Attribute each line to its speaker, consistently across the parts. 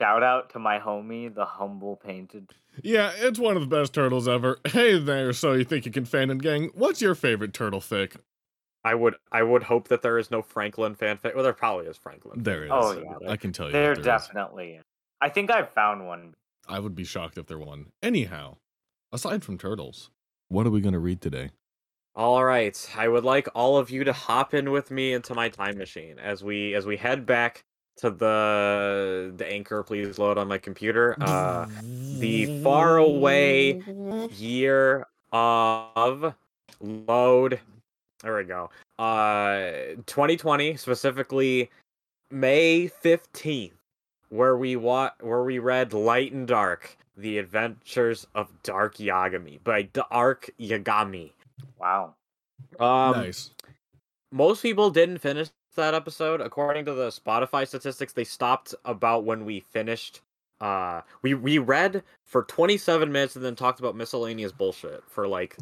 Speaker 1: Shout out to my homie, the humble painted.
Speaker 2: Yeah, it's one of the best turtles ever. Hey there, so you think you can fan and gang? What's your favorite turtle fic?
Speaker 3: I would I would hope that there is no Franklin fanfic. Well, there probably is Franklin.
Speaker 2: There is.
Speaker 1: Oh, yeah.
Speaker 2: I can tell you.
Speaker 1: There
Speaker 2: that there is.
Speaker 1: definitely is. I think I found one.
Speaker 2: I would be shocked if there won. Anyhow, aside from turtles, what are we going to read today?
Speaker 3: All right. I would like all of you to hop in with me into my time machine as we as we head back to the the anchor please load on my computer. Uh the far away year of load. There we go. Uh 2020, specifically May 15th, where we wa- where we read Light and Dark: The Adventures of Dark Yagami by Dark Yagami.
Speaker 1: Wow.
Speaker 3: Um
Speaker 2: nice.
Speaker 3: most people didn't finish that episode according to the spotify statistics they stopped about when we finished uh we we read for 27 minutes and then talked about miscellaneous bullshit for like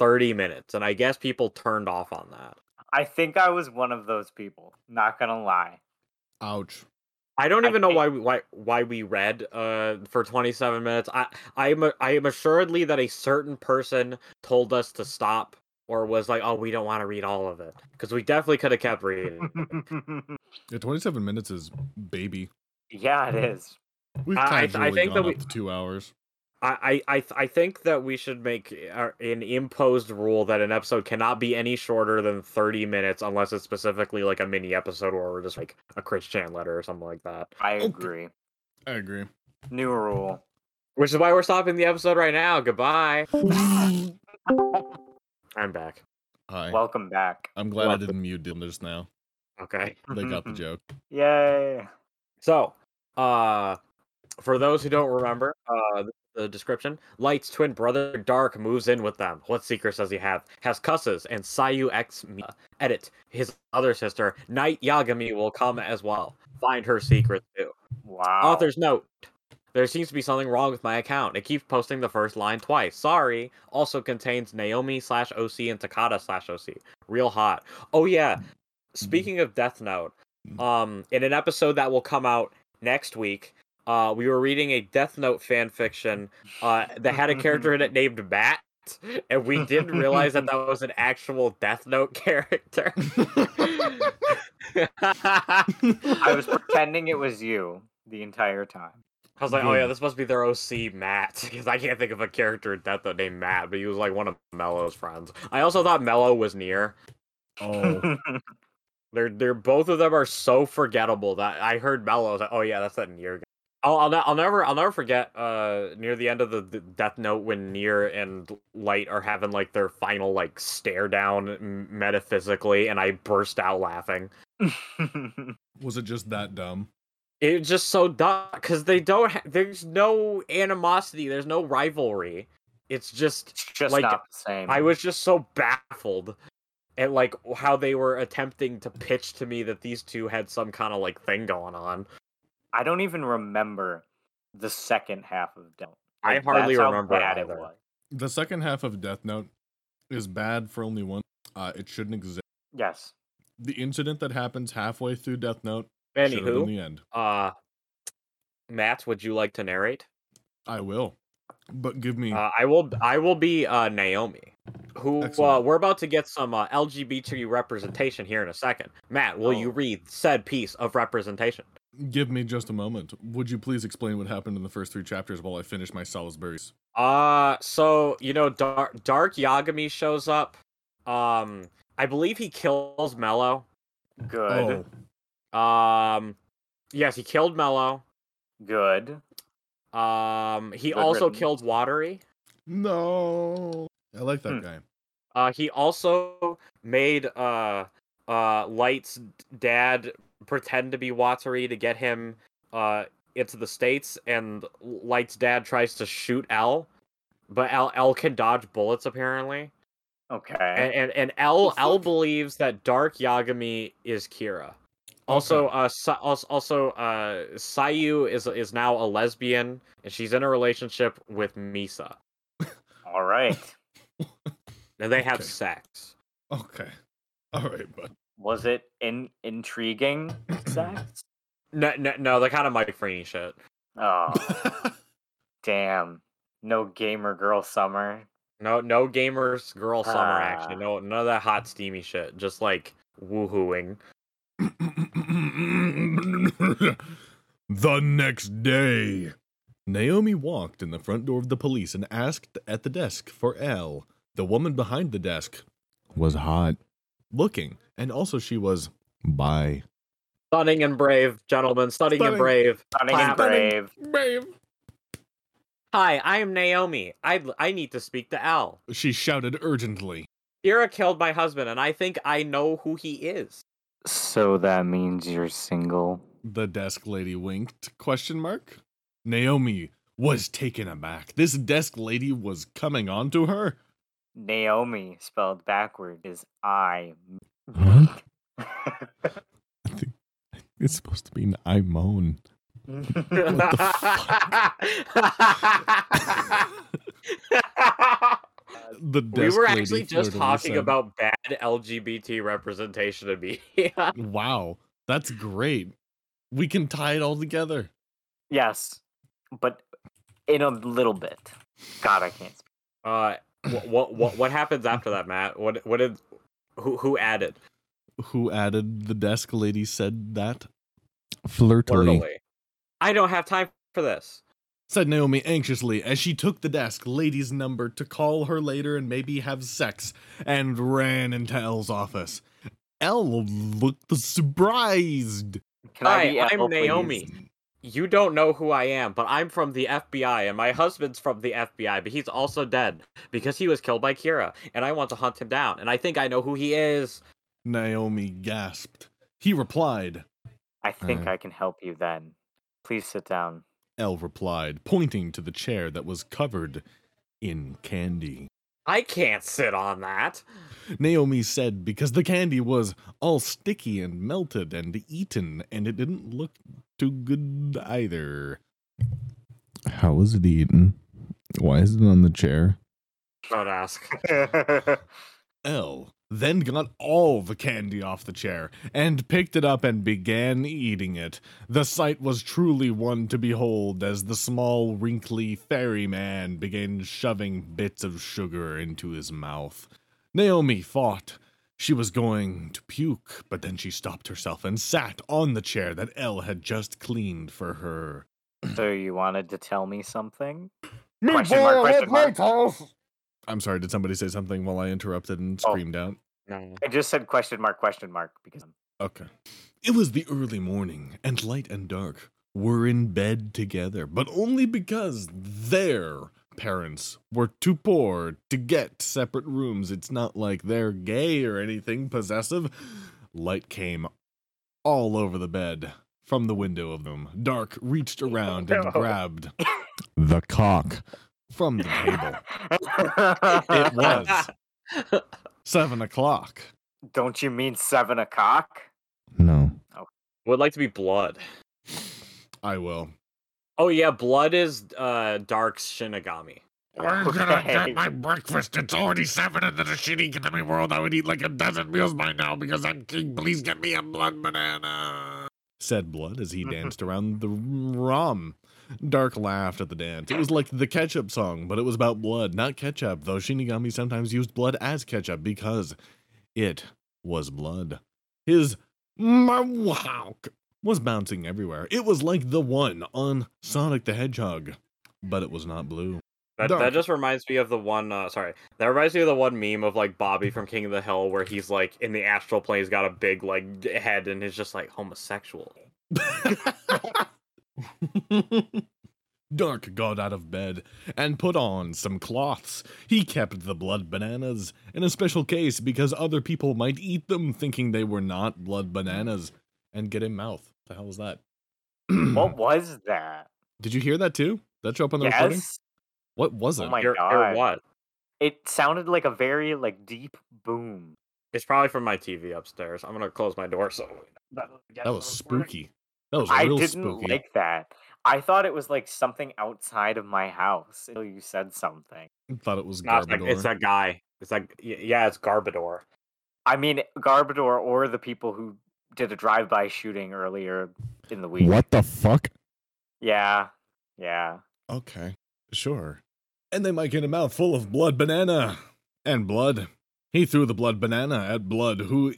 Speaker 3: 30 minutes and i guess people turned off on that
Speaker 1: I think I was one of those people. Not gonna lie.
Speaker 2: Ouch.
Speaker 3: i don't
Speaker 1: I
Speaker 3: even know why we why why we read uh for 27 minutes i i'm a- i am assuredly that a certain person told us to stop or was like oh we don't want to read all of it because we definitely could have kept reading
Speaker 2: Yeah, 27 minutes is baby.
Speaker 1: yeah,
Speaker 2: Hmm.
Speaker 1: it is.
Speaker 2: We've
Speaker 3: I- I- I
Speaker 2: casually
Speaker 3: think
Speaker 2: gone
Speaker 3: that we-
Speaker 2: up to two hours.
Speaker 3: I, I I th- I think that we should make uh, an imposed rule that an episode cannot be any shorter than 30 minutes unless it's specifically like a mini episode where we're just like a Chris Chan letter or something like that.
Speaker 1: I
Speaker 2: Okay.
Speaker 1: agree.
Speaker 2: I agree.
Speaker 1: New rule.
Speaker 3: Which is why we're stopping the episode right now. Goodbye. I'm back.
Speaker 2: Hi.
Speaker 1: Welcome back.
Speaker 2: I'm glad I
Speaker 3: welcome.
Speaker 2: didn't mute them just now.
Speaker 3: Okay.
Speaker 2: They got
Speaker 1: mm-hmm.
Speaker 2: the joke.
Speaker 1: Yay.
Speaker 3: So, uh, for those who don't remember, uh, the description: Light's twin brother Dark moves in with them. What secrets does he have? Has cusses and Sayu X me- edit. His other sister Night Yagami will come as well. Find her secret too.
Speaker 1: Wow.
Speaker 3: Author's note. There seems to be something wrong with my account. It keeps posting the first line twice. Sorry. Also contains Naomi slash OC and Takada slash OC. Real hot. Oh yeah. Speaking of Death Note, um, in an episode that will come out next week, uh, we were reading a Death Note fan fiction uh, that had a character in it named Matt, and we didn't realize that that was an actual Death Note character. I
Speaker 1: I was pretending it was you the entire time.
Speaker 3: I was like, oh yeah,
Speaker 2: Yeah.
Speaker 3: this must be their OC Matt, because I can't think of a character in Death Note named Matt, but he was like one of Mello's friends. I also thought Mello was near.
Speaker 2: oh,
Speaker 3: They're they're both of them are so forgettable that I heard Mello. I was like, oh yeah, that's that near guy. I'll I'll, ne- I'll never I'll never forget. Uh, near the end of the, the Death Note, when Near and Light are having like their final like stare down m- metaphysically, and I burst out laughing.
Speaker 2: was it just that dumb?
Speaker 3: It's just so dumb because they don't. Ha- there's no animosity. There's no rivalry. It's just
Speaker 1: it's just
Speaker 3: Like,
Speaker 1: not the same.
Speaker 3: I was just so baffled at like how they were attempting to pitch to me that these two had some kind of like thing going on.
Speaker 1: I don't even remember the second half of Don't.
Speaker 3: I hardly
Speaker 1: that's how
Speaker 3: remember
Speaker 1: bad it
Speaker 3: either.
Speaker 1: was.
Speaker 2: The second half of Death Note is bad for only one. Uh, it shouldn't exist.
Speaker 1: Yes.
Speaker 2: The incident that happens halfway through Death Note should have been
Speaker 3: Anywho,
Speaker 2: the end.
Speaker 3: uh, Matt, would you like to narrate?
Speaker 2: I will. But give me.
Speaker 3: Uh, I will. I will be uh, Naomi, who uh,
Speaker 2: Excellent.
Speaker 3: we're about to get some uh, LGBT representation here in a second. Matt, will you
Speaker 1: Oh.
Speaker 3: read said piece of representation?
Speaker 2: Give me just a moment. Would you please explain what happened in the first three chapters while I finish my Salisbury's?
Speaker 3: Uh so you know Dark Dark Yagami shows up. Um I believe he kills Mello. Oh.
Speaker 2: Oh,
Speaker 1: Good.
Speaker 3: Um yes, he killed Mello.
Speaker 1: Good.
Speaker 3: Um he
Speaker 1: Good
Speaker 3: also
Speaker 1: riddance.
Speaker 3: killed Watery.
Speaker 2: no. I like that
Speaker 1: Hmm.
Speaker 2: guy.
Speaker 3: Uh he also made uh uh Light's dad pretend to be Watery to get him uh into the states and Light's dad tries to shoot L, but L L can dodge bullets apparently.
Speaker 1: Okay.
Speaker 3: and and, and L
Speaker 2: The
Speaker 3: L
Speaker 2: fuck?
Speaker 3: believes that Dark Yagami is Kira. Also, uh, Sa- als- also, uh, Sayu is is now a lesbian, and she's in a relationship with Misa,
Speaker 1: All right.
Speaker 3: and they have
Speaker 2: Okay.
Speaker 3: sex.
Speaker 2: Okay. All right, bud.
Speaker 1: Was it in intriguing sex?
Speaker 3: No, no, no, the kind of Mike Freeney shit.
Speaker 1: Oh, damn. No gamer girl summer.
Speaker 3: No, no gamers, girl summer action.
Speaker 1: Ah.
Speaker 3: No, none of that hot steamy shit. Just like woohooing.
Speaker 2: the next day, Naomi walked in the front door of the police and asked at the desk for L. The woman behind the desk was hot looking, and also she was bi.
Speaker 3: Stunning and brave, gentlemen. Stunning,
Speaker 2: Stunning.
Speaker 3: and brave.
Speaker 1: Stunning and
Speaker 3: Clap.
Speaker 1: brave.
Speaker 2: Babe.
Speaker 3: Hi, I am Naomi. I I need to speak to Al.
Speaker 2: She shouted urgently.
Speaker 3: Ira killed my husband, and I think I know who he is.
Speaker 1: So that means you're single.
Speaker 2: The desk lady winked. Question mark. Naomi was taken aback. This desk lady was coming on to her.
Speaker 1: Naomi, spelled backward, is I.
Speaker 2: Huh? It's supposed to be I moan. the The
Speaker 3: we
Speaker 2: desk
Speaker 3: were
Speaker 2: lady
Speaker 3: actually just
Speaker 2: flirtily
Speaker 3: talking
Speaker 2: said,
Speaker 3: about bad LGBT representation in media.
Speaker 2: Wow, that's great. We can tie it all together.
Speaker 1: yes, but in a little bit. God, I can't speak.
Speaker 3: uh, what what what happens after that, Matt? What what did who who added?
Speaker 2: Who added the desk lady said that? Flirtily.
Speaker 3: Flirtily. I don't have time for this.
Speaker 2: Said Naomi anxiously as she took the desk lady's number to call her later and maybe have sex and ran into Elle's office. Elle looked surprised.
Speaker 1: Can I
Speaker 3: Hi,
Speaker 1: be
Speaker 3: I'm
Speaker 1: Elle, please?
Speaker 3: Naomi. You don't know who I am, but I'm from the FBI, and my husband's from the FBI, but he's also dead because he was killed by Kira, and I want to hunt him down, and I think I know who he is.
Speaker 2: Naomi gasped. He replied.
Speaker 1: I think
Speaker 2: Uh.
Speaker 1: I can help you then. Please sit down.
Speaker 2: Elle replied, pointing to the chair that was covered in candy.
Speaker 3: I can't sit on that.
Speaker 2: Naomi said because the candy was all sticky and melted and eaten, and it didn't look too good either. How was it eaten? Why is it on the chair?
Speaker 3: Don't ask.
Speaker 2: L then got all the candy off the chair and picked it up and began eating it. The sight was truly one to behold as the small, wrinkly ferryman began shoving bits of sugar into his mouth. Naomi fought. She was going to puke, but then she stopped herself and sat on the chair that L had just cleaned for her.
Speaker 1: so you wanted to tell me something? Question mark, question mark.
Speaker 2: I'm sorry, did somebody say something while I interrupted and
Speaker 1: Oh.
Speaker 2: screamed out?
Speaker 3: No.
Speaker 1: I just said question mark question mark because
Speaker 2: Okay. It was the early morning, and light and dark were in bed together, but only because their parents were too poor to get separate rooms. It's not like they're gay or anything possessive. Light came all over the bed from the window of them. Dark reached around and grabbed the cock from the table. It was seven o'clock.
Speaker 1: Don't you mean seven o'clock?
Speaker 2: No.
Speaker 3: Would like to be blood.
Speaker 2: I will.
Speaker 3: Oh yeah, blood is uh Dark's Shinigami.
Speaker 2: Where's gonna
Speaker 1: Okay.
Speaker 2: get my breakfast? It's already seven, and in the shitty economy world, I would eat like a dozen meals by now because I'm king. Please get me a blood banana. Said Blood as he danced around the rum. Dark laughed at the dance. It was like the ketchup song, but it was about blood, not ketchup, though Shinigami sometimes used blood as ketchup because it was blood. His mohawk was bouncing everywhere. It was like the one on Sonic the Hedgehog, but it was not blue.
Speaker 3: That,
Speaker 2: Dark.
Speaker 3: that just reminds me of the one. Uh, sorry, that reminds me of the one meme of like Bobby from King of the Hill, where he's like in the astral plane, he's got a big like d- head, and he's just like homosexual.
Speaker 1: Oh
Speaker 2: Dark got out of bed and put on some cloths. He kept the blood bananas in a special case because other people might eat them thinking they were not blood bananas and get a mouth. The hell was that?
Speaker 1: What was that?
Speaker 2: Did you hear that too? That show up on the recording?
Speaker 1: Yes.
Speaker 2: What was it?
Speaker 1: Oh my
Speaker 3: You're- you're
Speaker 1: god.
Speaker 3: what?
Speaker 1: It sounded like a very like deep boom.
Speaker 3: It's probably from my TV upstairs. I'm gonna close my door. So
Speaker 2: that was spooky. That was
Speaker 1: I
Speaker 2: real
Speaker 1: didn't
Speaker 2: spooky.
Speaker 1: like that. I thought it was like something outside of my house until you said something.
Speaker 2: Thought it was
Speaker 3: Nah, it's, like,
Speaker 2: Garbodor.
Speaker 3: it's that guy. It's like y- yeah, it's Garbador.
Speaker 1: I mean, Garbador or the people who did a drive-by shooting earlier in the week.
Speaker 4: What the fuck?
Speaker 1: Yeah, Yeah.
Speaker 2: Okay. Sure. And they might get a mouthful of blood banana. And blood. He threw the blood banana at blood, who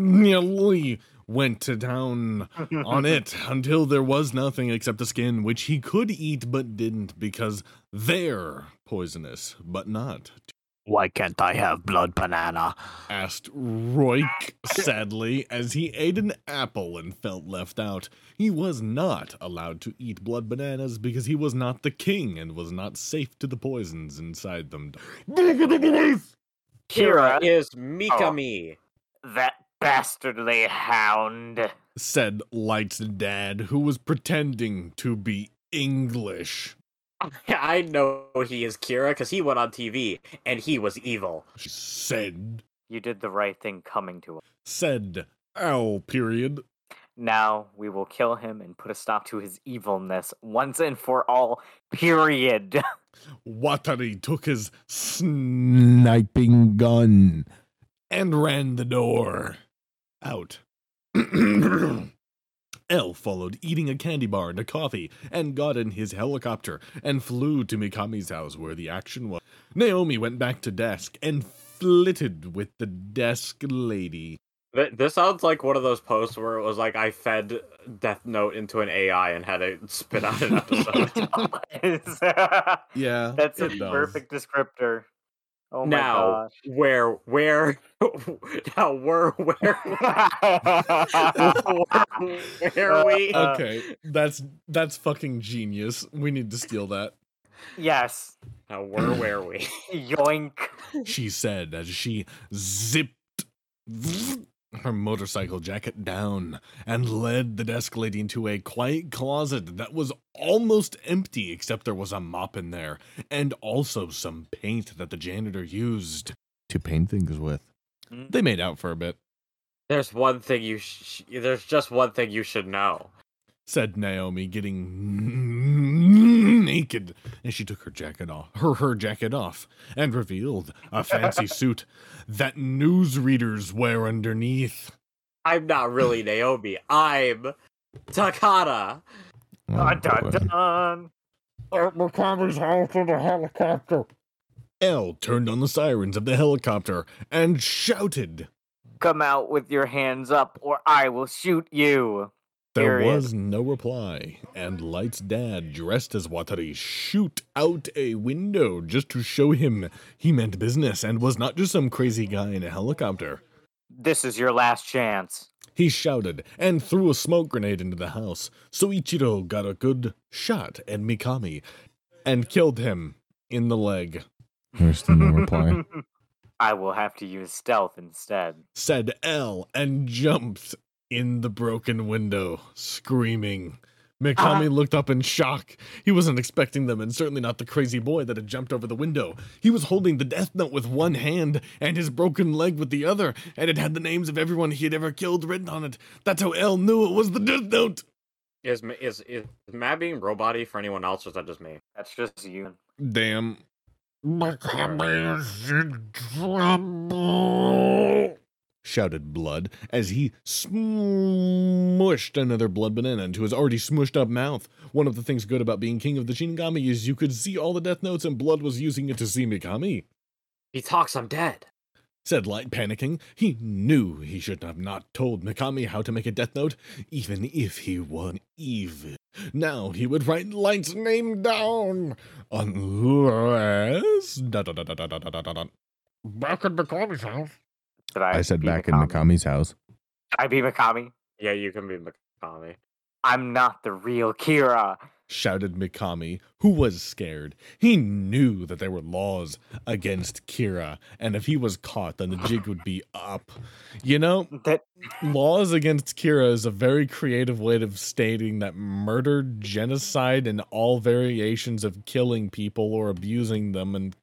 Speaker 2: immediately went to town on it until there was nothing except a skin, which he could eat but didn't because they're poisonous, but not.
Speaker 4: Why can't I have blood banana?
Speaker 2: Asked Roik sadly as he ate an apple and felt left out. He was not allowed to eat blood bananas because he was not the king and was not safe to the poisons inside them.
Speaker 3: Kira
Speaker 1: Kira.
Speaker 3: is Mikami.
Speaker 1: That bastardly hound.
Speaker 2: said Light's dad, who was pretending to be English.
Speaker 3: I know he is Kira because he went on TV and he was evil.
Speaker 2: She said,
Speaker 1: You did the right thing coming to us.
Speaker 2: said, ow, period.
Speaker 1: Now we will kill him and put a stop to his evilness once and for all. Period.
Speaker 2: Watari took his sniping gun and ran the door out. L followed, eating a candy bar and a coffee, and got in his helicopter and flew to Mikami's house where the action was. Naomi went back to desk and flitted with the desk lady.
Speaker 3: Th- This sounds like one of those posts where it was like I fed Death Note into an AI and had it spit out an episode.
Speaker 1: That's
Speaker 2: Yeah.
Speaker 1: a
Speaker 2: it does.
Speaker 1: perfect descripter. Oh my
Speaker 3: now, where, where, now, where, where,
Speaker 1: gosh.
Speaker 3: where are we?
Speaker 1: Uh,
Speaker 2: Okay, that's that's fucking genius. We need to steal that.
Speaker 1: yes.
Speaker 3: Now, where were we?
Speaker 1: Yoink.
Speaker 2: she said as she zipped her motorcycle jacket down and led the desk lady into a quiet closet that was almost empty, except there was a mop in there and also some paint that the janitor used to paint things with.
Speaker 1: Mm.
Speaker 2: They made out for a bit,
Speaker 3: There's one thing you. Sh- there's just one thing you should know.
Speaker 2: said Naomi, getting naked. And she took her jacket off, her her jacket off, and revealed a fancy suit that newsreaders wear underneath.
Speaker 3: I'm not really Naomi. I'm Takata.
Speaker 2: Oh,
Speaker 1: Dun, dun, dun.
Speaker 2: L turned on the sirens of the helicopter and shouted.
Speaker 1: Come out with your hands up or I will shoot you.
Speaker 2: There
Speaker 1: Period.
Speaker 2: was no reply, and Light's dad, dressed as Watari, shoot out a window just to show him he meant business and was not just some crazy guy in a helicopter.
Speaker 1: This is your last chance.
Speaker 2: He shouted and threw a smoke grenade into the house, so Ichiro got a good shot at Mikami and killed him in the leg.
Speaker 4: There's still no reply.
Speaker 1: I will have to use stealth instead.
Speaker 2: said L and jumped in the broken window, screaming. Mikami looked up in shock. He wasn't expecting them, and certainly not the crazy boy that had jumped over the window. He was holding the death note with one hand and his broken leg with the other, and it had the names of everyone he had ever killed written on it. That's how L knew it was the death note.
Speaker 3: Is Ma- is is Matt being roboty for anyone else, or is that just me?
Speaker 1: That's just you.
Speaker 2: Damn.
Speaker 4: Mikami is in trouble.
Speaker 2: shouted Blood as he smushed another blood banana into his already smushed up mouth. One of the things good about being king of the Shinigami is you could see all the death notes, and Blood was using it to see Mikami.
Speaker 3: He talks. I'm dead.
Speaker 2: Said Light, panicking. He knew he should have not told Mikami how to make a death note, even if he were evil. Now he would write Light's name down, unless. dot, dot, dot, dot, dot, dot, dot, dot, dot.
Speaker 4: Back in Mikami's house.
Speaker 1: Did I,
Speaker 4: I said
Speaker 1: be
Speaker 4: back in
Speaker 1: Mikami?
Speaker 4: Mikami's house.
Speaker 1: Did I be Mikami.
Speaker 3: Yeah, you can be Mikami.
Speaker 1: I'm not the real Kira.
Speaker 2: shouted Mikami, who was scared. He knew that there were laws against Kira, and if he was caught, then the jig would be up. You know,
Speaker 1: That
Speaker 2: laws against Kira is a very creative way of stating that murder, genocide, and all variations of killing people or abusing them and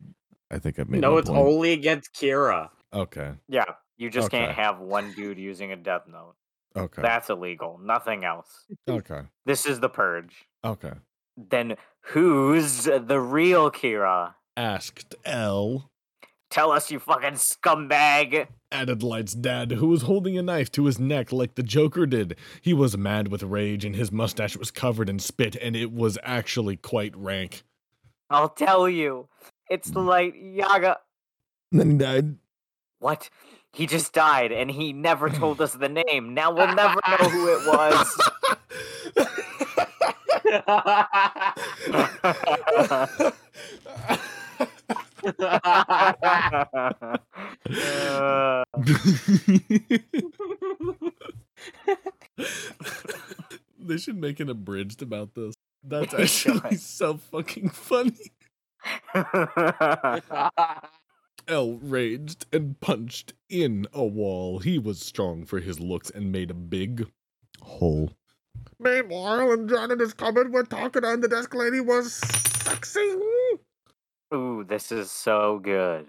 Speaker 4: I think I made
Speaker 3: No,
Speaker 4: my
Speaker 3: it's
Speaker 4: point.
Speaker 3: only against Kira.
Speaker 2: okay,
Speaker 1: yeah. You just can't
Speaker 2: Okay.
Speaker 1: have one dude using a death note.
Speaker 2: okay,
Speaker 1: That's illegal. Nothing else.
Speaker 2: okay,
Speaker 1: This is the purge.
Speaker 2: okay.
Speaker 1: Then who's the real Kira?
Speaker 2: Asked L
Speaker 1: Tell us, you fucking scumbag.
Speaker 2: added Light's dad, who was holding a knife to his neck like the Joker did. He was mad with rage, and his mustache was covered in spit, and it was actually quite rank.
Speaker 1: I'll tell you. It's
Speaker 2: Mm.
Speaker 1: the light Yaga.
Speaker 4: Then he died.
Speaker 1: What? He just died and he never told us the name. Now we'll never know who it was. Uh,
Speaker 2: they should make an abridged about this. That's
Speaker 1: They should.
Speaker 2: actually so fucking funny. L raged and punched in a wall. He was strong for his looks and made a big hole.
Speaker 4: Meanwhile, in Jonathan's cupboard where Takada and the desk lady was sexing.
Speaker 1: Ooh, this is so good.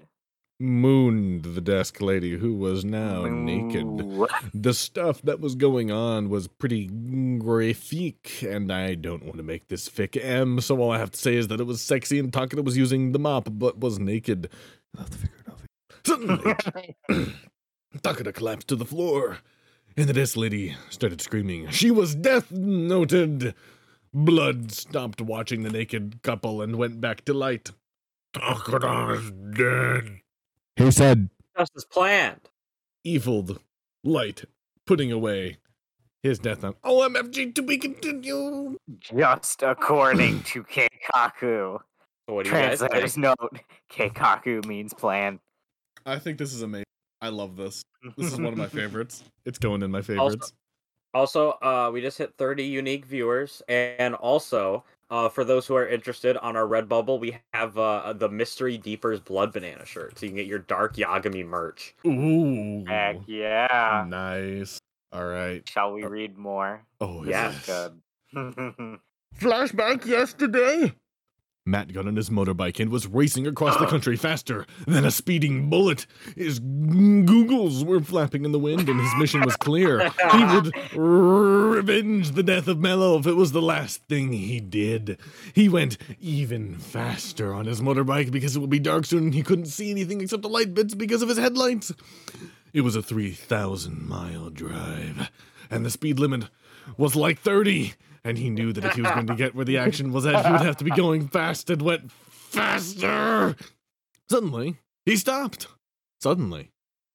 Speaker 2: Mooned the desk lady, who was now Oh, naked.
Speaker 1: Ooh.
Speaker 2: The stuff that was going on was pretty graphic, and I don't want to make this fic M, so all I have to say is that it was sexy and Takada was using the mop but was naked.
Speaker 4: I'll have to figure it out.
Speaker 2: Suddenly, Takada collapsed to the floor, and the desk lady started screaming. She was death noted. Blood stopped watching the naked couple and went back to light.
Speaker 4: Takada is dead.
Speaker 5: He said,
Speaker 3: Just as planned.
Speaker 2: Eviled, light, putting away his death Oh, note. OMFG to be continued.
Speaker 1: Just according to Keikaku.
Speaker 3: So what do you guys
Speaker 1: Translator's
Speaker 3: think?
Speaker 1: note Keikaku means plan.
Speaker 2: I think this is amazing. I love this. This is one of my favorites. It's going in my
Speaker 3: Also-
Speaker 2: favorites.
Speaker 3: Also, uh, we just hit 30 unique viewers, and also. Uh, for those who are interested on our Redbubble, we have uh, the Mystery Deepers Blood Banana shirt, so you can get your Dark Yagami merch.
Speaker 2: Ooh. Hmm.
Speaker 1: Heck yeah.
Speaker 2: Nice. All right.
Speaker 1: Shall we read more?
Speaker 2: Oh,
Speaker 1: This is
Speaker 3: Yes.
Speaker 1: good.
Speaker 4: Flashback yesterday. Ah.
Speaker 2: Matt got on his motorbike and was racing across the country faster than a speeding bullet. His googles were flapping in the wind, and his mission was clear. He would revenge the death of Mello if it was the last thing he did. He went even faster on his motorbike because it would be dark soon and he couldn't see anything except the light bits because of his headlights. It was a 3,000 mile drive, and the speed limit was like 30. And he knew that if he was going to get where the action was at, he would have to be going fast and went faster. Suddenly, he stopped. Suddenly,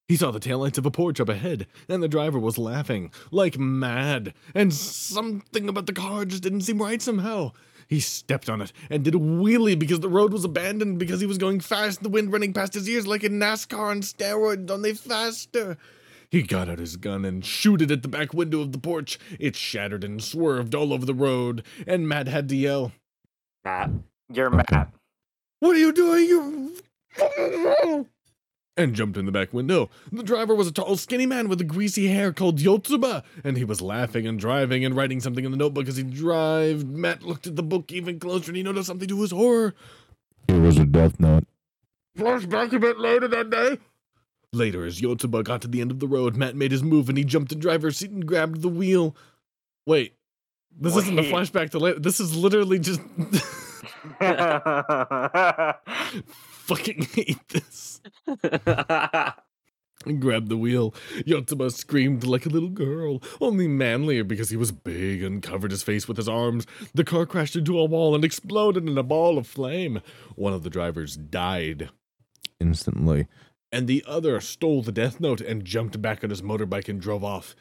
Speaker 2: he saw the taillights of a porch up ahead, and the driver was laughing like mad, and something about the car just didn't seem right somehow. He stepped on it and did a wheelie because the road was abandoned because he was going fast, the wind running past his ears like in NASCAR on steroids, only faster. He got out his gun and shooted at the back window of the porch. It shattered and swerved all over the road, and Matt had to yell,
Speaker 3: Matt.
Speaker 1: You're Matt.
Speaker 2: What are you doing, you and jumped in the back window. The driver was a tall, skinny man with a greasy hair called Yotsuba, and he was laughing and driving and writing something in the notebook as he drove. Matt looked at the book even closer and he noticed something to his horror.
Speaker 5: it was a death note.
Speaker 4: Flashback a bit later that day.
Speaker 2: Later, as Yotsuba got to the end of the road, Matt made his move and he jumped in driver's seat and grabbed the wheel. Wait, this is isn't a
Speaker 1: Wait.
Speaker 2: flashback to later. This is literally just. fucking hate this. and grabbed the wheel. Yotsuba screamed like a little girl, only manlier because he was big and covered his face with his arms. The car crashed into a wall and exploded in a ball of flame. One of the drivers died,
Speaker 4: Instantly.
Speaker 2: and the other stole the death note and jumped back on his motorbike and drove off.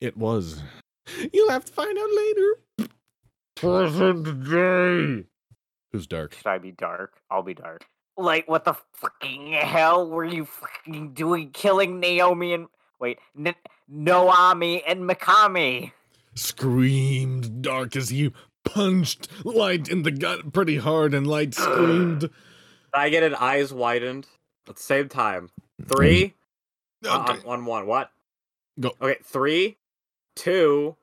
Speaker 2: It was. You'll have to find out later.
Speaker 4: Present day.
Speaker 2: It was dark.
Speaker 1: Should I be dark? I'll be dark. Like, what the fucking hell were you fucking doing killing Naomi and. Wait, N- Noami and Mikami?
Speaker 2: Screamed dark as he punched Light in the gut pretty hard, and Light screamed.
Speaker 3: I get an eyes widened at the same time. Three uh,
Speaker 2: Okay.
Speaker 3: on, on one. What?
Speaker 2: Go.
Speaker 3: Okay, three, two,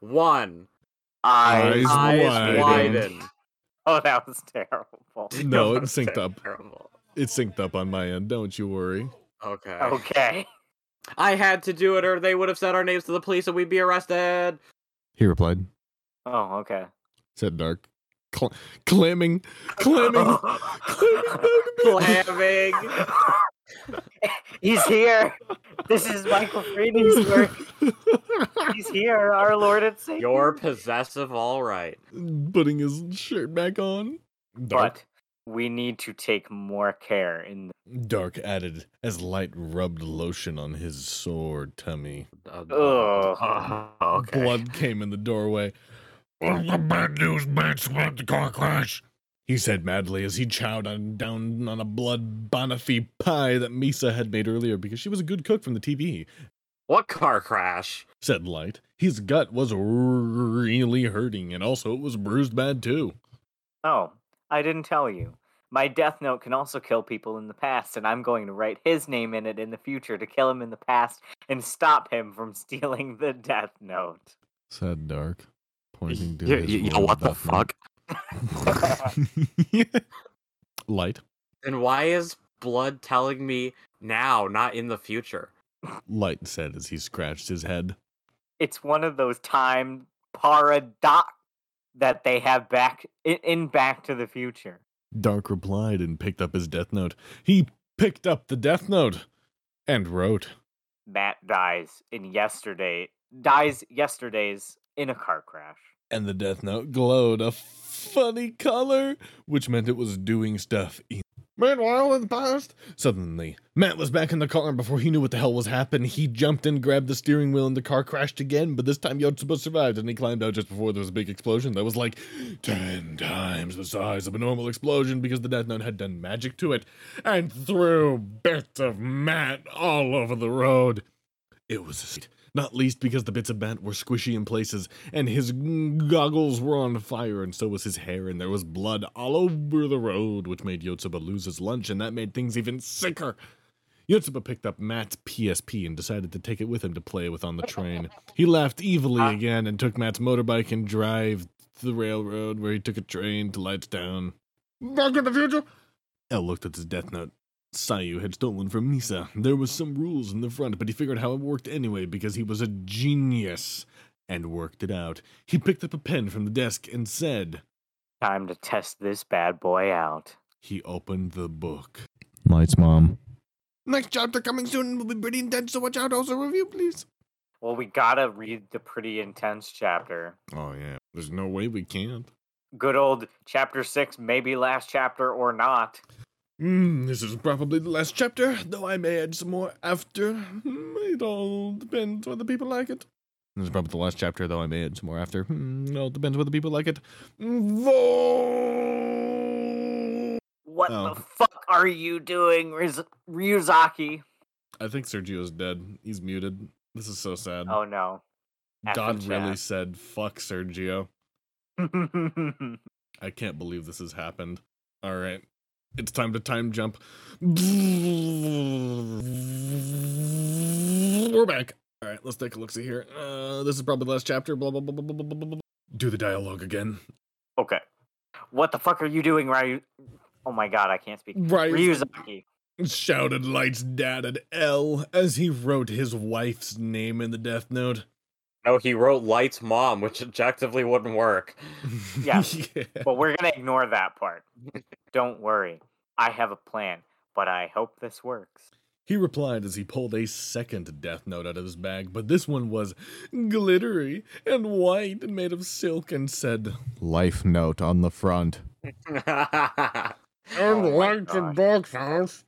Speaker 3: one.
Speaker 1: I.
Speaker 2: Eyes
Speaker 3: eyes
Speaker 2: widened.
Speaker 3: widened.
Speaker 1: Oh, that was terrible.
Speaker 2: No, it
Speaker 3: That's
Speaker 2: synced up.
Speaker 3: terrible.
Speaker 2: It's synced up on my end. Don't you worry.
Speaker 3: Okay.
Speaker 1: Okay.
Speaker 3: I had to do it, or they would have said our names to the police and we'd be arrested.
Speaker 4: He replied.
Speaker 1: Oh, okay.
Speaker 2: Said Dark. Cl- clamming, clamming, clamming.
Speaker 3: Clamming.
Speaker 1: He's here. This is Michael Freeman's work. He's here, our Lord and Savior.
Speaker 3: You're possessive, all right.
Speaker 2: Putting his shirt back on.
Speaker 1: but we need to take more care in
Speaker 2: Dark added as light rubbed lotion on his sore tummy.
Speaker 3: Uh,
Speaker 1: Ugh.
Speaker 3: okay.
Speaker 2: Blood came in the doorway.
Speaker 5: What's the bad news, man? Survived the car crash.
Speaker 2: He said madly as he chowed on, down on a blood bonafide pie that Misa had made earlier because she was a good cook from the TV.
Speaker 3: What car crash?
Speaker 2: said Light. His gut was really hurting, and also it was bruised bad too.
Speaker 1: Oh, I didn't tell you. My death note can also kill people in the past, and I'm going to write his name in it in the future to kill him in the past and stop him from stealing the death note.
Speaker 5: Said Dark, pointing to
Speaker 3: Yeah,
Speaker 5: his
Speaker 3: yeah,
Speaker 5: rolled
Speaker 3: what the
Speaker 5: up man.
Speaker 3: fuck?
Speaker 2: Light,
Speaker 3: Then why is blood telling me now, not in the future?
Speaker 2: Light said as he scratched his head.
Speaker 1: It's one of those time paradox that they have back i- in Back to the Future.
Speaker 2: Dark replied and picked up his death note. He picked up the death note and wrote.
Speaker 1: Matt dies in yesterday dies yesterday's in a car crash.
Speaker 2: And the death note glowed a funny color, which meant it was doing stuff e-
Speaker 4: Meanwhile, in the past,
Speaker 2: Suddenly, Matt was back in the car, and before he knew what the hell was happening, he jumped in, grabbed the steering wheel, and the car crashed again. But this time, Yotsuba survived, and he climbed out just before there was a big explosion that was like 10 times the size of a normal explosion because the Death Note had done magic to it and threw bits of Matt all over the road. It was a sight, not least because the bits of Matt were squishy in places, and his goggles were on fire, and so was his hair, and there was blood all over the road, which made Yotsuba lose his lunch, and that made things even sicker. Yotsuba picked up Matt's PSP and decided to take it with him to play with on the train. He laughed evilly
Speaker 4: Uh.
Speaker 3: Ah.
Speaker 2: again and took Matt's motorbike and drive to the railroad where he took a train to Lightstown.
Speaker 4: back in the future,
Speaker 2: El looked at his death note. Sayu had stolen from Misa. There was some rules in the front, but he figured how it worked anyway because he was a genius and worked it out. He picked up a pen from the desk and said,
Speaker 1: Time to test this bad boy out.
Speaker 2: he opened the book.
Speaker 5: Light's mom.
Speaker 4: next chapter coming soon will be pretty intense, so watch out. Also, review, please.
Speaker 1: Well, we gotta read the pretty intense chapter.
Speaker 2: Oh, yeah. There's no way we can't.
Speaker 1: Good old chapter six, maybe last chapter or not.
Speaker 2: Mm, this is probably the last chapter, though I may add some more after. Hmm, It all depends whether people like it. This is probably the last chapter, though I may add some more after. Hmm, It all depends whether people like it. Vote!
Speaker 1: What the
Speaker 2: Oh.
Speaker 1: fuck are you doing, Riz- Ryuzaki?
Speaker 2: I think Sergio's dead. He's muted. This is so sad.
Speaker 1: Oh no. F
Speaker 2: God
Speaker 1: in
Speaker 2: really
Speaker 1: chat.
Speaker 2: said, fuck Sergio. I can't believe this has happened. All right. It's time to time jump. We're back. All right, let's take a look see here. Uh, this is probably the last chapter. Blah, blah, blah, blah, blah, blah, blah, blah. Do the dialogue again.
Speaker 1: okay. What the fuck are you doing, Ryu? Oh my god, I can't speak.
Speaker 2: Right.
Speaker 1: Ryuzaki.
Speaker 2: Shouted Light's dad at L as he wrote his wife's name in the death note.
Speaker 3: No, he wrote Light's mom, which objectively wouldn't work.
Speaker 1: Yeah.
Speaker 2: yeah.
Speaker 1: But we're gonna ignore that part. Don't worry. I have a plan, but I hope this works.
Speaker 2: He replied as he pulled a second death note out of his bag, but this one was glittery and white and made of silk and said,
Speaker 5: Life note on the front.
Speaker 4: And
Speaker 1: Oh my
Speaker 4: lights in
Speaker 1: gosh.
Speaker 4: Dark's house.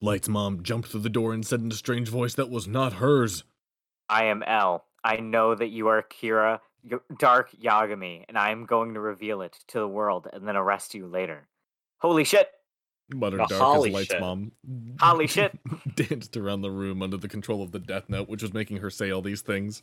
Speaker 2: Light's mom jumped through the door and said in a strange voice that was not hers.
Speaker 1: I am L. I know that you are Kira Y- Dark Yagami, and I am going to reveal it to the world and then arrest you later. Holy shit!
Speaker 2: Muttered
Speaker 3: The
Speaker 2: Dark
Speaker 3: holy
Speaker 2: as Light's
Speaker 3: shit.
Speaker 2: mom
Speaker 1: Holy shit.
Speaker 2: danced around the room under the control of the death note, which was making her say all these things.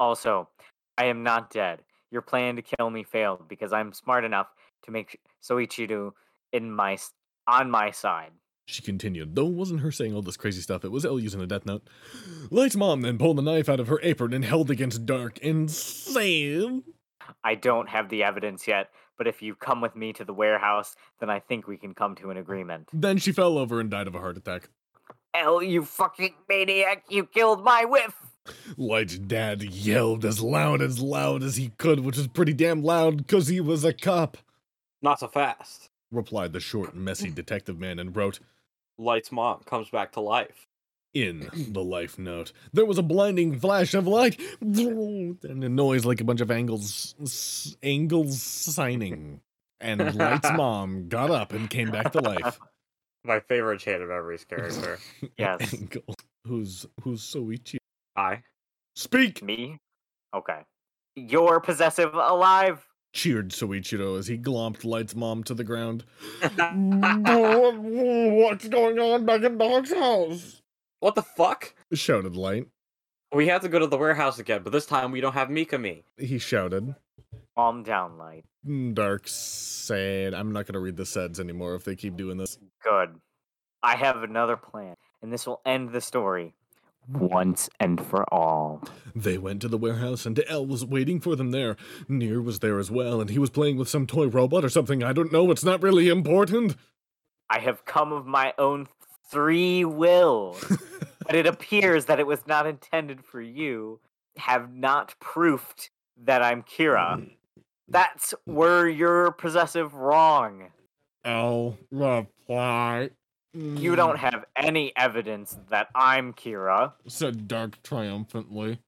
Speaker 1: Also, I am not dead. Your plan to kill me failed because I'm smart enough to make Soichiru in my s- on my side.
Speaker 2: She continued, though it wasn't her saying all this crazy stuff, it was Elle using a death note. Light's mom then pulled the knife out of her apron and held against Dark and said,
Speaker 1: I don't have the evidence yet, but if you come with me to the warehouse, then I think we can come to an agreement.
Speaker 2: Then she fell over and died of a heart attack.
Speaker 1: L, you fucking maniac! You killed my whiff!
Speaker 2: Light's dad yelled as loud as loud as he could, which was pretty damn loud, 'cause he was a cop,
Speaker 3: Not so fast.
Speaker 2: replied the short, messy detective man and wrote,
Speaker 3: Light's mom comes back to life.
Speaker 2: in the life note. There was a blinding flash of light and a noise like a bunch of angles s- angles signing. And Light's mom got up and came back to life.
Speaker 3: My favorite Chain of Memories character.
Speaker 1: Yes.
Speaker 2: Angle, who's who's Soichi?
Speaker 3: I.
Speaker 2: Speak!
Speaker 1: Me? Okay. You're possessive alive.
Speaker 2: Cheered Soichiro as he glomped Light's mom to the ground.
Speaker 4: What- What's going on back in Dog's house?
Speaker 3: What the fuck?
Speaker 2: Shouted Light.
Speaker 3: We have to go to the warehouse again, but this time we don't have Mikami.
Speaker 2: He shouted.
Speaker 1: Calm down, light.
Speaker 2: Dark said, I'm not going to read the seds anymore if they keep doing this.
Speaker 1: Good. I have another plan, and this will end the story once and for all.
Speaker 2: They went to the warehouse, and El was waiting for them there. Nier was there as well, and he was playing with some toy robot or something. I don't know, it's not really important.
Speaker 1: I have come of my own three will, but it appears that it was not intended for you. Have not proofed that I'm Kira.
Speaker 2: Mm.
Speaker 1: That's where you're possessive wrong.
Speaker 2: El reply.
Speaker 1: You don't have any evidence that I'm Kira,
Speaker 2: said Dark triumphantly.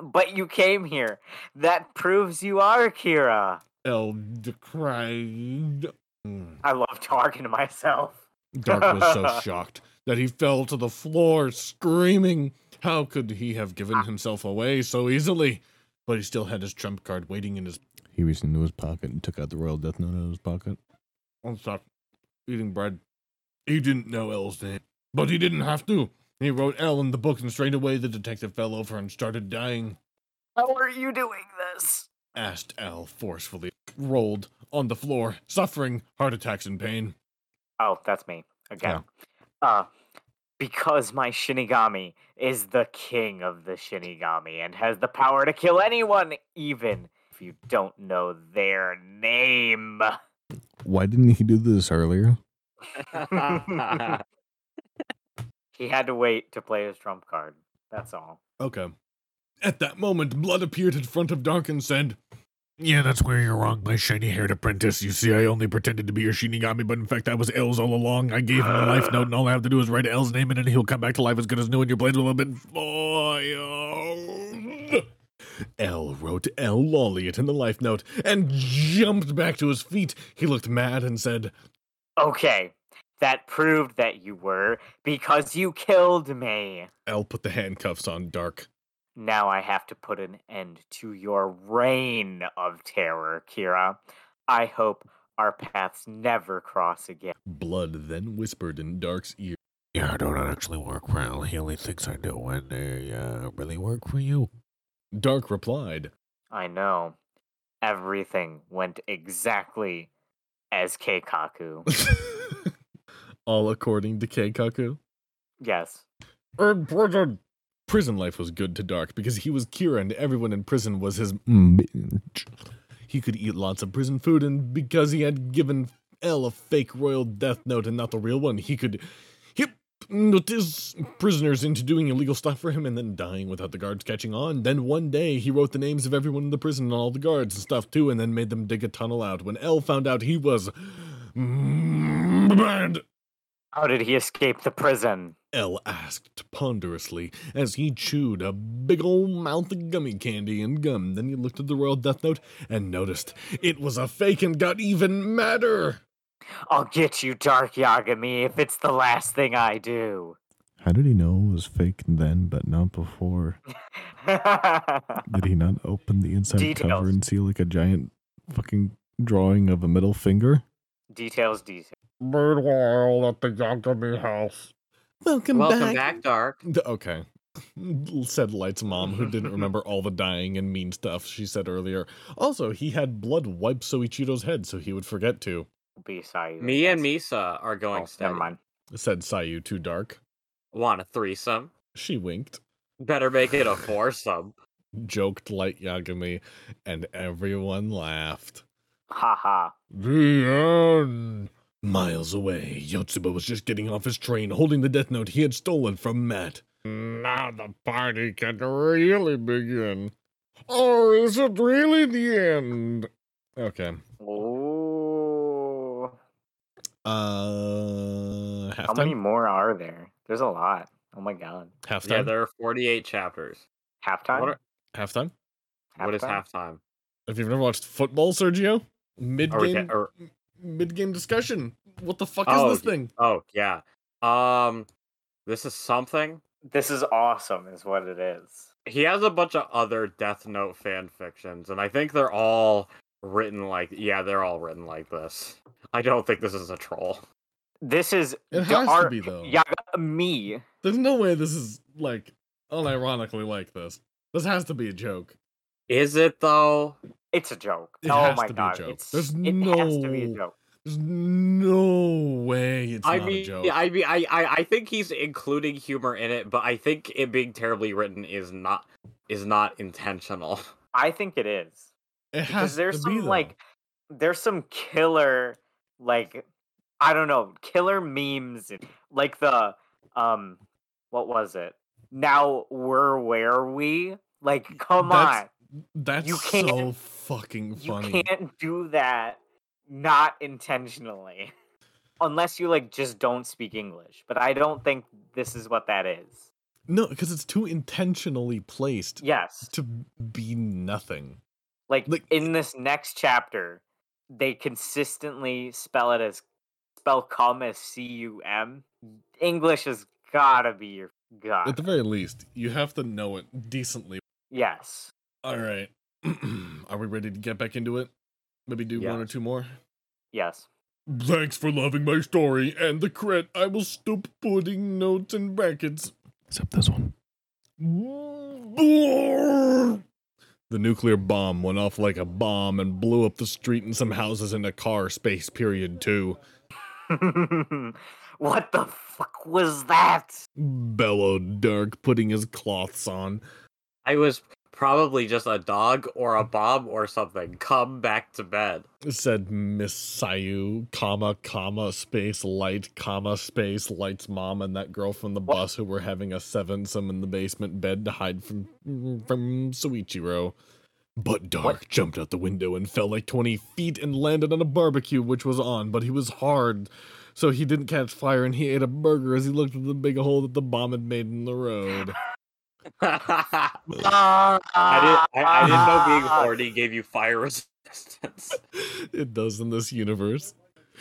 Speaker 1: but you came here. That proves you are Kira.
Speaker 2: El decried. Hmm.
Speaker 1: I love talking to myself.
Speaker 2: Dark was so shocked that he fell to the floor screaming. How could he have given himself away so easily? But he still had his trump card waiting in his. He reached into his pocket and took out the royal death note out of his pocket. On stop eating bread. He didn't know L's name, but he didn't have to. He wrote L in the book, and straight away the detective fell over and started dying.
Speaker 1: How are you doing this?
Speaker 2: Asked L forcefully, rolled on the floor, suffering heart attacks and pain.
Speaker 1: Oh, that's me again. Uh, because my Shinigami is the king of the Shinigami and has the power to kill anyone, even if you don't know their name.
Speaker 2: Why didn't he do this earlier?
Speaker 1: He had to wait to play his trump card. That's all.
Speaker 2: Okay. At that moment, Blood appeared in front of Dark and said,
Speaker 5: Yeah, that's where you're wrong, my shiny haired apprentice. You see, I only pretended to be your Shinigami, but in fact, I was L's all along. I gave him a life note, and all I have to do is write L's name in, and he'll come back to life as good as new, and your blades will have been foiled.
Speaker 2: L wrote L Lolliot in the life note and jumped back to his feet. He looked mad and said,
Speaker 1: Okay, that proved that you were because you killed me.
Speaker 2: L put the handcuffs on Dark.
Speaker 1: Now I have to put an end to your reign of terror, Kira. I hope our paths never cross again.
Speaker 2: Blood then whispered in Dark's ear.
Speaker 5: Yeah, I don't actually work for L. He only thinks I do, and they uh, really work for you.
Speaker 2: Dark replied,
Speaker 1: I know. Everything went exactly as Keikaku.
Speaker 2: All according to Keikaku.
Speaker 1: yes.
Speaker 2: In prison. Prison life was good to Dark because he was Kira and everyone in prison was his. mm, bitch. He could eat lots of prison food, and because he had given L a fake royal death note and not the real one, he could hypnotize prisoners into doing illegal stuff for him and then dying without the guards catching on. Then one day he wrote the names of everyone in the prison and all the guards and stuff too, and then made them dig a tunnel out. When L found out he was mm, mad,
Speaker 1: How did he escape the prison?
Speaker 2: L asked ponderously as he chewed a big old mouth of gummy candy and gum. Then he looked at the royal death note and noticed it was a fake and got even madder.
Speaker 1: I'll get you, Dark Yagami, if it's the last thing I do.
Speaker 6: How did he know it was fake then, but not before? Did he not open the inside
Speaker 1: Details.
Speaker 6: cover and see like a giant fucking drawing of a middle finger?
Speaker 1: details, details.
Speaker 4: Meanwhile, at the Yagami house.
Speaker 2: Welcome,
Speaker 3: Welcome back, Dark.
Speaker 2: D- Okay. said Light's mom, who didn't remember all the dying and mean stuff she said earlier. Also, he had blood wipe Soichiro's head so he would forget to,
Speaker 1: Be sorry.
Speaker 3: Me and Misa are going
Speaker 1: Oh, never
Speaker 3: steady.
Speaker 1: mind.
Speaker 2: said Sayu to Dark.
Speaker 3: Want a threesome?
Speaker 2: She winked,
Speaker 3: Better make it a foursome.
Speaker 2: joked Light Yagami, and everyone laughed.
Speaker 1: Ha ha.
Speaker 2: The end. Miles away, Yotsuba was just getting off his train holding the death note he had stolen from Matt.
Speaker 4: Now the party can really begin. Or is it really the end?
Speaker 2: Okay.
Speaker 1: Oh.
Speaker 2: Uh
Speaker 1: How many
Speaker 2: halftime?
Speaker 1: more are there? There's a lot. Oh my god.
Speaker 3: Yeah,
Speaker 2: Halftime?
Speaker 3: there are 48 chapters.
Speaker 1: Halftime?
Speaker 3: What are-
Speaker 2: halftime?
Speaker 3: What is
Speaker 1: Halftime?
Speaker 3: halftime?
Speaker 2: If you've never watched football, Sergio, mid
Speaker 3: Are we
Speaker 2: game
Speaker 3: ca- or,
Speaker 2: mid game discussion. What the fuck
Speaker 3: Oh,
Speaker 2: is this
Speaker 3: d-
Speaker 2: thing?
Speaker 3: oh yeah. Um, this is something.
Speaker 1: This is awesome, is what it is.
Speaker 3: He has a bunch of other Death Note fan fictions, and I think they're all written like yeah, they're all written like this. I don't think this is a troll.
Speaker 1: This is the
Speaker 2: It has to
Speaker 1: art-
Speaker 2: be, though.
Speaker 1: Yaga- me.
Speaker 2: There's no way this is like unironically like this. This has to be a joke.
Speaker 3: Is it though?
Speaker 1: It's a joke.
Speaker 2: It
Speaker 1: oh
Speaker 2: has
Speaker 1: my
Speaker 2: to be a
Speaker 1: god.
Speaker 2: joke.
Speaker 1: It's,
Speaker 2: There's
Speaker 1: it has to be a
Speaker 2: no-
Speaker 1: joke.
Speaker 2: There's no way it's
Speaker 3: I
Speaker 2: not a
Speaker 3: mean,
Speaker 2: joke.
Speaker 3: I mean, I, I, I think he's including humor in it, but I think it being terribly written is not is not intentional.
Speaker 1: I think it is.
Speaker 2: it
Speaker 1: Because
Speaker 2: has
Speaker 1: there's
Speaker 2: to
Speaker 1: some
Speaker 2: be, though.
Speaker 1: like there's some killer like I don't know, killer memes and like the um what was it? Now we're where we? Like come
Speaker 2: That's-
Speaker 1: on.
Speaker 2: that's
Speaker 1: you
Speaker 2: so
Speaker 1: can't-
Speaker 2: fucking
Speaker 1: you
Speaker 2: funny.
Speaker 1: can't do that not intentionally unless you like just don't speak english but i don't think this is what that is
Speaker 2: No, because it's too intentionally placed
Speaker 1: yes
Speaker 2: to be nothing.
Speaker 1: like,
Speaker 2: like-
Speaker 1: in this next chapter they consistently spell it as spell cum as c-u-m english has gotta be your god
Speaker 2: At the very least, you have to know it decently.
Speaker 1: yes
Speaker 2: All right. Are we ready to get back into it? Maybe do one or two more?
Speaker 1: yes
Speaker 2: Thanks for loving my story and the credit. I will stop putting notes in brackets.
Speaker 6: Except this one.
Speaker 2: The nuclear bomb went off like a bomb and blew up the street and some houses and a car space period too.
Speaker 1: what the fuck was that
Speaker 2: Bellowed Dark, putting his cloths on.
Speaker 3: I was probably just a dog or a bomb or something. Come back to bed.
Speaker 2: Said Miss Sayu, comma, comma, space, light, comma, space, light's mom and that girl from the
Speaker 1: What?
Speaker 2: bus who were having a sevensome in the basement bed to hide from from Suichiro. But Dark jumped out the window and fell like 20 feet and landed on a barbecue which was on, but he was hard, so he didn't catch fire and he ate a burger as he looked at the big hole that the bomb had made in the road.
Speaker 3: I didn't.
Speaker 1: i
Speaker 3: I, I didn't know being horny gave you fire resistance.
Speaker 2: it does in this universe.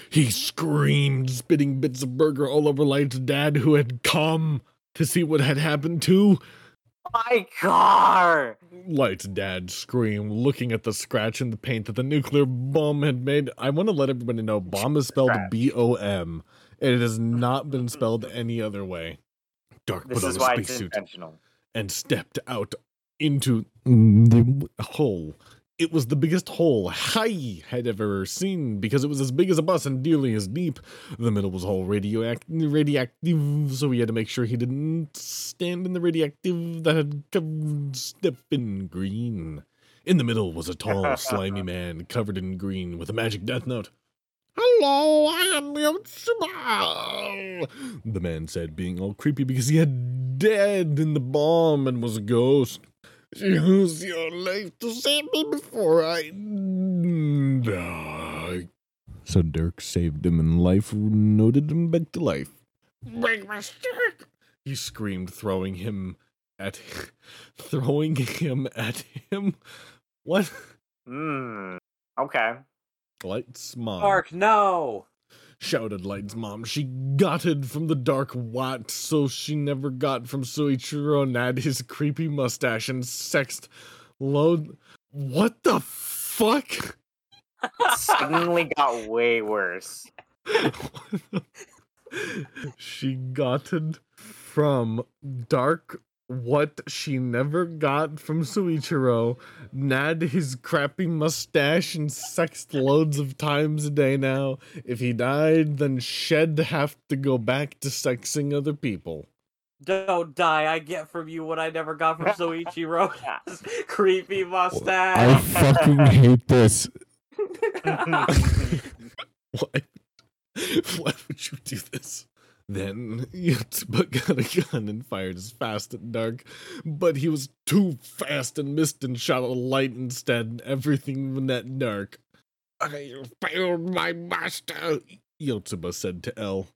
Speaker 2: He screamed, spitting bits of burger all over Light's dad, who had come to see what had happened to.
Speaker 1: my car
Speaker 2: Light's dad screamed, looking at the scratch in the paint that the nuclear bomb had made. I want to let everybody know bomb is spelled
Speaker 1: Scratch.
Speaker 2: B O M. It has not been spelled any other way. Dark
Speaker 1: This
Speaker 2: put on
Speaker 1: is why
Speaker 2: a
Speaker 1: it's
Speaker 2: spacesuit
Speaker 1: intentional.
Speaker 2: and stepped out into the hole. It was the biggest hole Hai had ever seen because it was as big as a bus and nearly as deep. The middle was all radioact- radioactive, so he had to make sure he didn't stand in the radioactive that had come step in green. In the middle was a tall, slimy man covered in green with a magic death note. Hello, I am your smile, the man said, being all creepy because he had dead in the bomb and was a ghost. Use your life to save me before I die.
Speaker 6: So Dirk saved him and life noted him back to life.
Speaker 4: Big mistake.
Speaker 2: He screamed, throwing him at throwing him at him. What?
Speaker 1: Mm, okay.
Speaker 2: Light's mom
Speaker 3: Mark, no.
Speaker 2: shouted Light's mom. She gotted from the dark Watt, so she never got from Suichiro Nad his creepy mustache and sexed load. What the fuck?
Speaker 1: Suddenly got way worse.
Speaker 2: she gotten from dark what she never got from Suichiro, Nad his crappy mustache and sexed loads of times a day now. If he died, then Shed have to go back to sexing other people.
Speaker 3: Don't die. I get from you what I never got from Soichiro.
Speaker 1: Yeah.
Speaker 3: Creepy
Speaker 6: I
Speaker 3: mustache.
Speaker 6: fucking hate this.
Speaker 2: Why? Why would you do this? Then Yotsuba got a gun and fired as fast at Dark, but he was too fast and missed and shot a light instead, and everything went at Dark.
Speaker 4: I failed my master.
Speaker 2: Yotsuba said to L.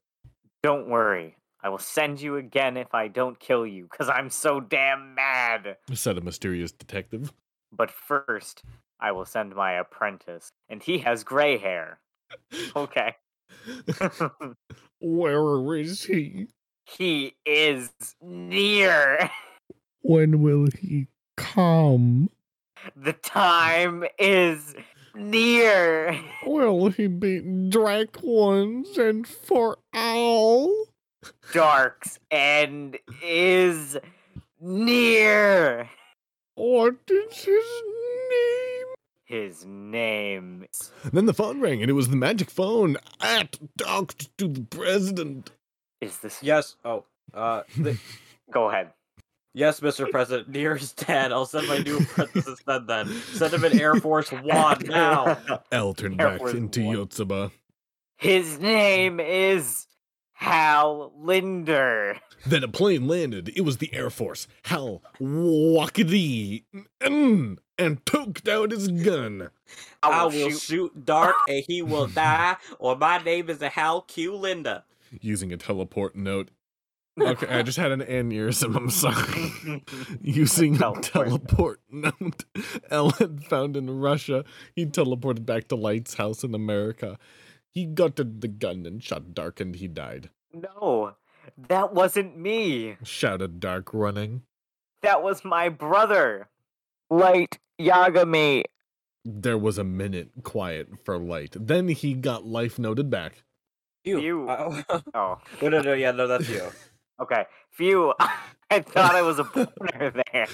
Speaker 1: Don't worry. I will send you again if I don't kill you, because I'm so damn mad.
Speaker 2: said a mysterious detective.
Speaker 1: But first, I will send my apprentice, and he has gray hair. Okay.
Speaker 4: Where is he?
Speaker 1: he is near.
Speaker 4: When will he come?
Speaker 1: The time is near.
Speaker 4: Will he beat Dracons and for owl?
Speaker 1: Dark's end is near.
Speaker 4: What is his name?
Speaker 1: His name. is-
Speaker 2: Then the phone rang, and it was the magic phone. At talked to the president.
Speaker 1: Is this?
Speaker 3: Yes. Oh. Uh. The,
Speaker 1: Go ahead.
Speaker 3: yes, Mr. President. Nearest dad. I'll send my new apprentice instead. Then send him an Air Force One now.
Speaker 2: L turned
Speaker 1: Air
Speaker 2: back
Speaker 1: Force
Speaker 2: into
Speaker 1: One.
Speaker 2: Yotsuba.
Speaker 1: His name is Hal Linder.
Speaker 2: Then a plane landed. It was the Air Force. Hal Wakadi mm, and poked out his gun.
Speaker 3: I will shoot. dark and he will die. Or my name is a Hal Q Linda.
Speaker 2: using a teleport note. Okay, I just had an aneurysm. I'm sorry. using a teleport
Speaker 1: Teleport
Speaker 2: note Ellen found in Russia, he teleported back to Light's house in America. He gutted the gun and shot Dark, and he died.
Speaker 1: No, that wasn't me.
Speaker 2: Shouted Dark, running.
Speaker 1: That was my brother, Light Yagami.
Speaker 2: There was a minute quiet for Light. Then he got life noted back.
Speaker 1: You.
Speaker 3: Oh,
Speaker 1: Oh,
Speaker 3: no, no, no, yeah, no, that's you.
Speaker 1: okay. Phew. I thought I was a boner there.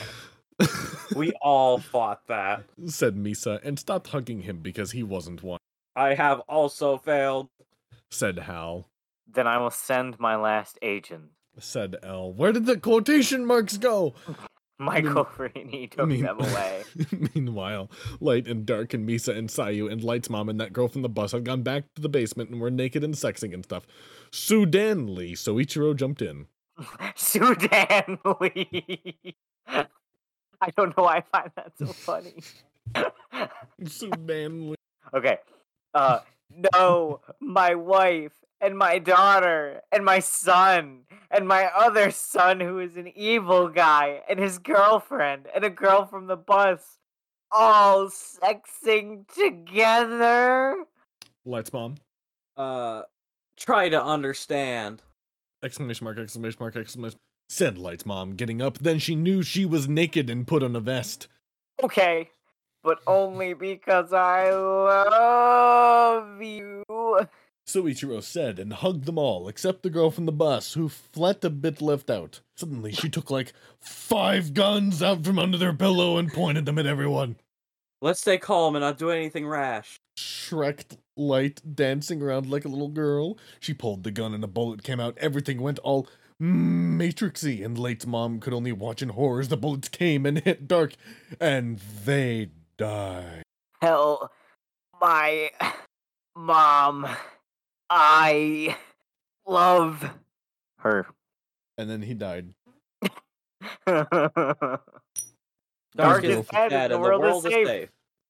Speaker 3: We all fought that.
Speaker 2: Said Misa, and stopped hugging him because he wasn't one.
Speaker 3: I have also failed.
Speaker 2: Said Hal.
Speaker 1: Then I will send my last agent.
Speaker 2: Said L. Where did the quotation marks go?
Speaker 1: Michael Rini took
Speaker 2: mean-
Speaker 1: them away.
Speaker 2: Meanwhile, Light and Dark and Misa and Sayu and Light's mom and that girl from the bus had gone back to the basement and were naked and sexing and stuff. Sudanly, so Ichiro jumped in.
Speaker 1: Sudan Lee. I don't know why I find that so funny.
Speaker 2: Sudanly.
Speaker 1: okay. Uh no, my wife and my daughter and my son and my other son who is an evil guy and his girlfriend and a girl from the bus all sexing together.
Speaker 2: Light's mom.
Speaker 3: Uh, try to understand.
Speaker 2: Exclamation mark, exclamation mark, exclamation Said Light's mom, getting up. Then she knew she was naked and put on a vest.
Speaker 1: Okay, but only because I love you.
Speaker 2: So Ichiro said and hugged them all, except the girl from the bus, who fled a bit left out. Suddenly, she took like five guns out from under their pillow and pointed them at everyone.
Speaker 3: Let's stay calm and not do anything rash.
Speaker 2: Shrek light dancing around like a little girl. She pulled the gun and a bullet came out. Everything went all matrixy, and Light's mom could only watch in horror as the bullets came and hit Dark, and they died.
Speaker 1: Hell, my mom, I love her.
Speaker 2: And then he died.
Speaker 1: Dark
Speaker 2: Dark
Speaker 1: is
Speaker 2: is
Speaker 1: dead, and the world, is safe.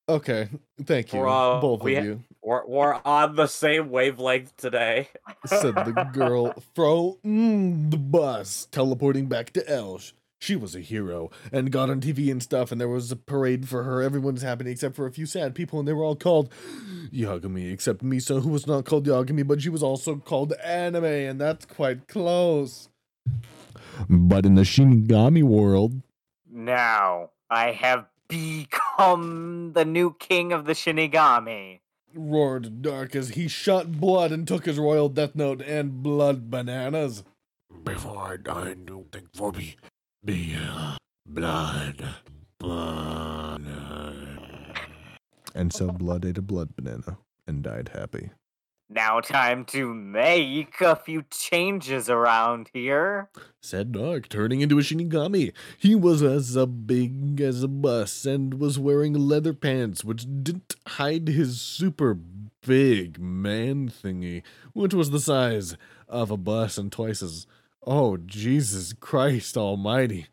Speaker 2: Okay, thank you,
Speaker 3: Bro,
Speaker 2: both of
Speaker 3: uh, we ha-
Speaker 2: you,"
Speaker 3: We're, we're on the same wavelength today.
Speaker 2: said the girl from mm, the bus, teleporting back to Elsh. She was a hero and got on TV and stuff, and there was a parade for her. Everyone was happy except for a few sad people, and they were all called Yagami, except Misa, who was not called Yagami, but she was also called Anime, and that's quite close. But in the Shinigami world,
Speaker 1: Now I have become the new king of the Shinigami.
Speaker 2: roared Dark as he shot blood and took his royal death note and blood bananas.
Speaker 5: Before I die, do thing for me. Be uh, blood. Blood.
Speaker 6: And so Blood ate a blood banana and died happy.
Speaker 1: Now, time to make a few changes around here.
Speaker 2: said Dark, turning into a Shinigami. He was as a big as a bus and was wearing leather pants, which didn't hide his super big man thingy, which was the size of a bus and twice as. Oh, Jesus Christ Almighty.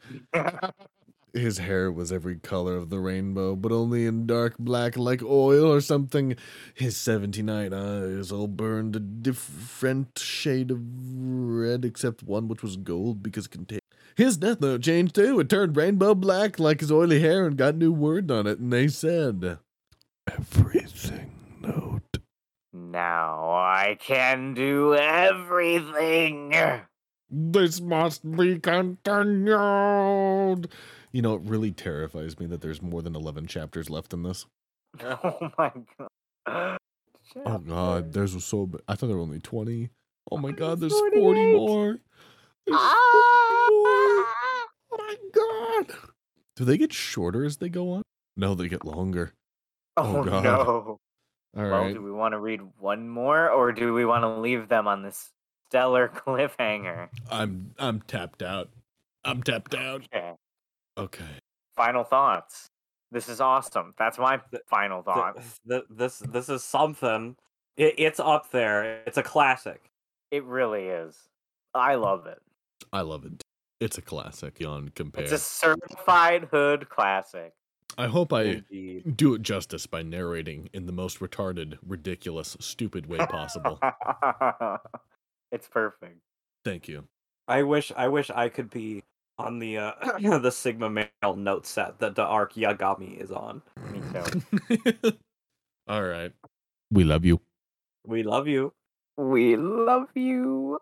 Speaker 2: his hair was every color of the rainbow, but only in dark black like oil or something. His seventy nine eyes all burned a different shade of red, except one which was gold because it contained. His death note changed too. It turned rainbow black like his oily hair and got new words on it, and they said,
Speaker 7: Everything note.
Speaker 1: Now I can do everything.
Speaker 8: This must be continued.
Speaker 2: You know, it really terrifies me that there's more than 11 chapters left in this.
Speaker 1: Oh my god.
Speaker 2: Oh god, there's so b- I thought there were only 20. Oh my god, there's 40
Speaker 1: 48.
Speaker 2: more. There's
Speaker 1: Ah!
Speaker 2: 40 more. Oh my god. Do they get shorter as they go on? No, they get longer.
Speaker 1: Oh,
Speaker 2: Oh, God.
Speaker 1: no.
Speaker 2: All
Speaker 1: well,
Speaker 2: right.
Speaker 1: do we want to read one more or do we want to leave them on this stellar cliffhanger?
Speaker 2: I'm I'm tapped out. I'm tapped out.
Speaker 1: Okay.
Speaker 2: Okay.
Speaker 1: Final thoughts. This is awesome. That's my final thought.
Speaker 3: Th- th- this this is something. It, it's up there. It's a classic.
Speaker 1: It really is. I love it.
Speaker 2: I love it. It's a classic yon compare.
Speaker 1: It's a certified hood classic.
Speaker 2: I hope I
Speaker 3: Indeed.
Speaker 2: do it justice by narrating in the most retarded, ridiculous, stupid way possible.
Speaker 1: it's perfect.
Speaker 2: Thank you.
Speaker 3: I wish I wish I could be on the uh, the Sigma male note set that the Arc Yagami is on.
Speaker 1: Me too.
Speaker 2: All right.
Speaker 9: We love you.
Speaker 3: We love you.
Speaker 1: we love you.